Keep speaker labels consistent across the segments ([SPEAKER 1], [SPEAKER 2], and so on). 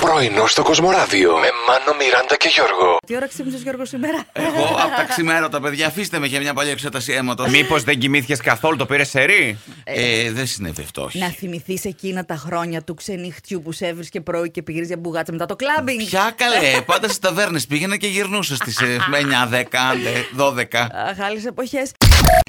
[SPEAKER 1] Πρωινό στο Κοσμοράδιο με Μάνο, Μιράντα και Γιώργο.
[SPEAKER 2] Τι ώρα ξύπνησες Γιώργο σήμερα.
[SPEAKER 3] Εγώ από τα ξημέρωτα, παιδιά, αφήστε με για μια παλιά εξέταση αίματος.
[SPEAKER 4] Μήπως δεν κοιμήθηκες καθόλου, το πήρες σερή.
[SPEAKER 3] Ε, δεν συνέβη αυτό, όχι.
[SPEAKER 2] Να θυμηθείς εκείνα τα χρόνια του ξενυχτιού που σε έβρισκε πρωί και πήγες για μπουγάτσα μετά το κλαμπινγκ.
[SPEAKER 3] Πια καλέ, πάντα στις ταβέρνες πήγαινα και γυρνούσα ε, στι 9, 10, 12.
[SPEAKER 2] Αχ, άλλες εποχές.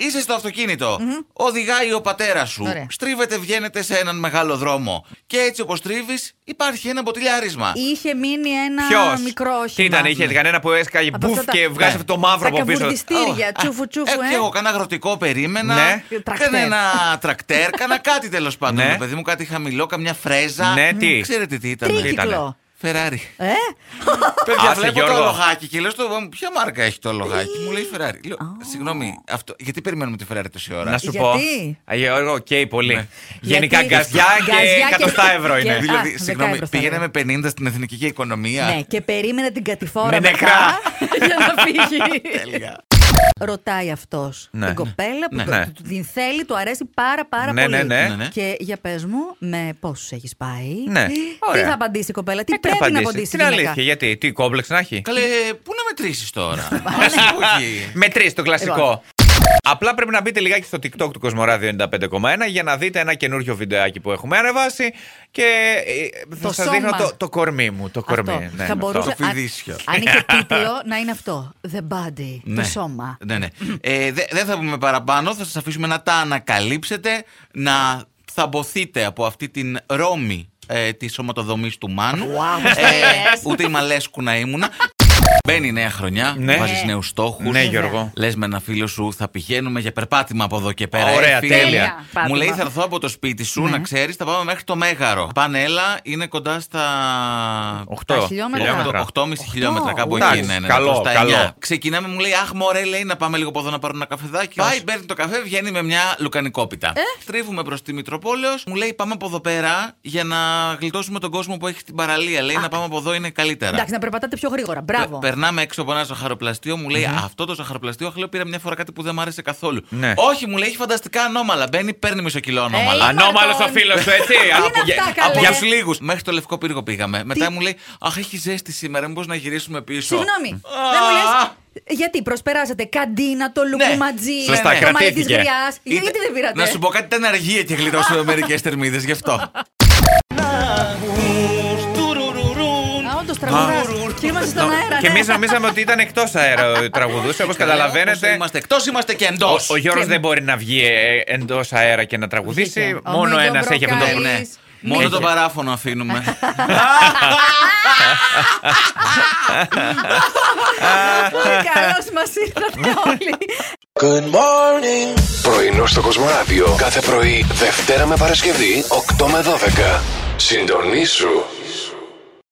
[SPEAKER 3] Είσαι στο αυτοκινητο Οδηγάει ο πατέρας σου.
[SPEAKER 2] Ωραία.
[SPEAKER 3] Στρίβεται, βγαίνετε σε έναν μεγάλο δρόμο. Και έτσι όπως τρίβει, υπάρχει ένα μποτιλιάρισμα.
[SPEAKER 2] Είχε μείνει ένα
[SPEAKER 4] Ποιος.
[SPEAKER 2] μικρό όχημα.
[SPEAKER 4] Τι ήταν, είχε κανένα που έσκαγε
[SPEAKER 2] Από
[SPEAKER 4] μπουφ
[SPEAKER 2] αυτά
[SPEAKER 4] και
[SPEAKER 2] τα-
[SPEAKER 4] βγάζει
[SPEAKER 3] Ναι.
[SPEAKER 4] αυτό το μαύρο
[SPEAKER 2] Τα
[SPEAKER 4] από πίσω.
[SPEAKER 2] καβουρδιστήρια,
[SPEAKER 3] Α,
[SPEAKER 2] τσούφου τσούφου,
[SPEAKER 3] ε, Και εγώ
[SPEAKER 2] ε.
[SPEAKER 3] κάνα αγροτικό περίμενα.
[SPEAKER 4] Ναι.
[SPEAKER 2] Τρακτέρ.
[SPEAKER 3] Κάνα ένα τρακτέρ, κάνα κάτι τέλος πάντων.
[SPEAKER 4] Ναι.
[SPEAKER 3] ρε Παιδί μου, κάτι χαμηλό, καμιά φρέζα.
[SPEAKER 4] Ναι, τι.
[SPEAKER 3] Ξέρετε τι ήταν.
[SPEAKER 2] Τρίκυκλο.
[SPEAKER 3] Φεράρι.
[SPEAKER 2] Ε,
[SPEAKER 3] Παιδιά,
[SPEAKER 4] Άσε,
[SPEAKER 3] βλέπω
[SPEAKER 4] Γιώργο.
[SPEAKER 3] το λογάκι και λέω στο μου, ποια μάρκα έχει το λογάκι. μου λέει Ferrari. Λέω, συγγνώμη, αυτό, γιατί περιμένουμε τη Ferrari τόση ώρα.
[SPEAKER 4] Να σου πω.
[SPEAKER 2] Γιατί? Ναι.
[SPEAKER 4] Α, Γιώργο, καίει πολύ. Γενικά
[SPEAKER 2] Γιατί-
[SPEAKER 4] γκαζιά
[SPEAKER 2] Γκαζιά και-
[SPEAKER 4] και 100 ευρώ
[SPEAKER 2] και-
[SPEAKER 4] είναι.
[SPEAKER 2] α,
[SPEAKER 3] Δηλαδή,
[SPEAKER 2] 10
[SPEAKER 3] συγγνώμη,
[SPEAKER 2] ευρώ θα
[SPEAKER 3] πήγαινε
[SPEAKER 2] λέω.
[SPEAKER 3] με 50 στην εθνική και οικονομία.
[SPEAKER 2] ναι, και περίμενε την κατηφόρα.
[SPEAKER 4] Με
[SPEAKER 2] μετά
[SPEAKER 4] νεκρά.
[SPEAKER 2] για να φύγει.
[SPEAKER 3] Τέλεια.
[SPEAKER 2] Ρωτάει αυτός
[SPEAKER 4] Ναι.
[SPEAKER 2] την κοπέλα που
[SPEAKER 4] Ναι.
[SPEAKER 2] το-
[SPEAKER 4] Ναι.
[SPEAKER 2] του- του την θέλει, του αρέσει πάρα πάρα
[SPEAKER 4] Ναι,
[SPEAKER 2] πολύ.
[SPEAKER 4] ναι, ναι.
[SPEAKER 3] Ναι, ναι.
[SPEAKER 2] Και για πες μου, με πόσους έχεις πάει.
[SPEAKER 4] Ναι.
[SPEAKER 2] Τι
[SPEAKER 4] Ωραία.
[SPEAKER 2] θα απαντήσει η κοπέλα, τι
[SPEAKER 4] Ε, τι
[SPEAKER 2] πρέπει να
[SPEAKER 4] απαντήσεις.
[SPEAKER 2] απαντήσει. η
[SPEAKER 4] Την
[SPEAKER 2] γυναίκα?
[SPEAKER 4] αλήθεια, γιατί, τι κόμπλεξ να έχει.
[SPEAKER 3] Καλέ, πού να μετρήσεις τώρα.
[SPEAKER 2] Ναι.
[SPEAKER 3] Ας πω εκεί.
[SPEAKER 4] Με τρει, το
[SPEAKER 2] Λοιπόν.
[SPEAKER 4] κλασικό. Απλά πρέπει να μπείτε λιγάκι στο TikTok του Κοσμοράδιο 95,1 για να δείτε ένα καινούριο βιντεάκι που έχουμε ανεβάσει και ε, θα
[SPEAKER 2] Το
[SPEAKER 4] σας δείχνω
[SPEAKER 2] σώμα.
[SPEAKER 4] το, το κορμί μου. Το
[SPEAKER 2] Αυτό.
[SPEAKER 4] κορμί.
[SPEAKER 2] θα
[SPEAKER 4] ναι, αυτό.
[SPEAKER 2] μπορούσε,
[SPEAKER 3] Το φιδίσιο.
[SPEAKER 2] αν, αν είχε τίτλο να είναι αυτό. The body,
[SPEAKER 3] Ναι.
[SPEAKER 2] το σώμα.
[SPEAKER 3] Ναι, ναι. Ε, δε- Δεν θα πούμε παραπάνω, θα σας αφήσουμε να τα ανακαλύψετε, να θαμποθείτε από αυτή την ρόμη ε, της σωματοδομής του Μάνου.
[SPEAKER 2] Wow, πώς
[SPEAKER 3] Ε,
[SPEAKER 2] τα λες.
[SPEAKER 3] ούτε η Μαλέσκου να ήμουνα. Μπαίνει η νέα χρονιά,
[SPEAKER 4] Ναι.
[SPEAKER 3] βάζεις νέους στόχους.
[SPEAKER 4] Ναι, Γιώργο.
[SPEAKER 3] Λες με ένα φίλο σου, θα πηγαίνουμε για περπάτημα από εδώ και πέρα.
[SPEAKER 4] Ωραία,
[SPEAKER 3] ε, φίλε.
[SPEAKER 4] τέλεια.
[SPEAKER 2] Πάτημα. Ναι.
[SPEAKER 3] Μου λέει, θα έρθω από το σπίτι σου, να ξέρεις, θα πάμε μέχρι το Μέγαρο. Πάνε, έλα, είναι κοντά στα.
[SPEAKER 4] Οκτώ
[SPEAKER 2] Τα χιλιόμετρα.
[SPEAKER 4] χιλιόμετρα.
[SPEAKER 3] 8,5 χιλιόμετρα κάπου εκεί.
[SPEAKER 4] Εντάξει,
[SPEAKER 3] Ναι, ναι, ναι,
[SPEAKER 4] καλό,
[SPEAKER 3] προς τα
[SPEAKER 4] καλό.
[SPEAKER 3] εννιά. Ξεκινάμε, μου λέει, Αχ, μωρέ, λέει να πάμε λίγο από εδώ να πάρουμε ένα καφεδάκι. Πάει, παίρνει το καφέ, βγαίνει με μια λουκανικόπιτα.
[SPEAKER 2] Ε.
[SPEAKER 3] Στρίβουμε προς τη Μητροπόλεως, μου λέει, Πάμε από εδώ πέρα για να γλιτώσουμε τον κόσμο που έχει στην παραλία. Λέει, Να πάμε από εδώ είναι καλύτερα.
[SPEAKER 2] Εντάξει, να περπατάτε πιο γρήγορα. Μπράβο.
[SPEAKER 3] Πε- Περνάμε έξω από ένα ζαχαροπλαστείο, μου λέει αυτό το ζαχαροπλαστείο. αχ, Λέω πήρα μια φορά κάτι που δεν μ' άρεσε καθόλου.
[SPEAKER 4] Ναι.
[SPEAKER 3] Όχι, μου λέει έχει φανταστικά ανώμαλα. Μπαίνει, παίρνει μισό κιλό ανώμαλα.
[SPEAKER 2] Ε,
[SPEAKER 4] Ανώμαλος ο
[SPEAKER 2] Μαρτών.
[SPEAKER 4] φίλο σου, έτσι.
[SPEAKER 2] είναι
[SPEAKER 4] γε-
[SPEAKER 2] αυτά,
[SPEAKER 4] από
[SPEAKER 2] καλέ.
[SPEAKER 3] Για
[SPEAKER 4] γε-
[SPEAKER 3] τους λίγους. Μέχρι το λευκό πύργο πήγαμε. Μετά μου λέει Αχ, έχει ζέστη σήμερα, μήπως να γυρίσουμε πίσω.
[SPEAKER 2] Συγγνώμη.
[SPEAKER 3] Α, Ναι.
[SPEAKER 2] Δεν μου λες, γιατί προσπεράσατε καντίνα, το λουκουματζή,
[SPEAKER 4] Σωστά,
[SPEAKER 2] το μαλλί τη
[SPEAKER 4] κρατήθηκε.
[SPEAKER 2] γριάς. Γιατί
[SPEAKER 3] Είτε-
[SPEAKER 2] δεν πήρατε.
[SPEAKER 3] Να σου πω κάτι, ήταν αργία και γλιτώσαμε μερικές θερμίδες, γι' αυτό.
[SPEAKER 2] Α, όντως τραγουδάς. Και είμαστε στον αέρα.
[SPEAKER 4] Και
[SPEAKER 2] ναι.
[SPEAKER 4] εμεί νομίζαμε ότι ήταν εκτός αέρα τραγουδούσε. Όπω
[SPEAKER 3] Ε, Όπως
[SPEAKER 4] καταλαβαίνετε,
[SPEAKER 3] Είμαστε εκτός, είμαστε και εντός.
[SPEAKER 4] ο, ο Γιώργο δεν μπορεί να βγει εντός αέρα και να τραγουδήσει.
[SPEAKER 2] Βγήκε. Ο
[SPEAKER 4] Μόνο
[SPEAKER 2] Μίγιο
[SPEAKER 4] ένας έχει αυτό το
[SPEAKER 2] Μπροκάλης.
[SPEAKER 4] ναι.
[SPEAKER 3] Μόνο
[SPEAKER 4] Έχει.
[SPEAKER 3] το παράφωνο αφήνουμε.
[SPEAKER 2] Πολύ καλώς μας ήρθατε όλοι.
[SPEAKER 1] Πρωινό στο Κοσμοράδιο κάθε πρωί, Δευτέρα με Παρασκευή, 8 με 12. Συντονίσου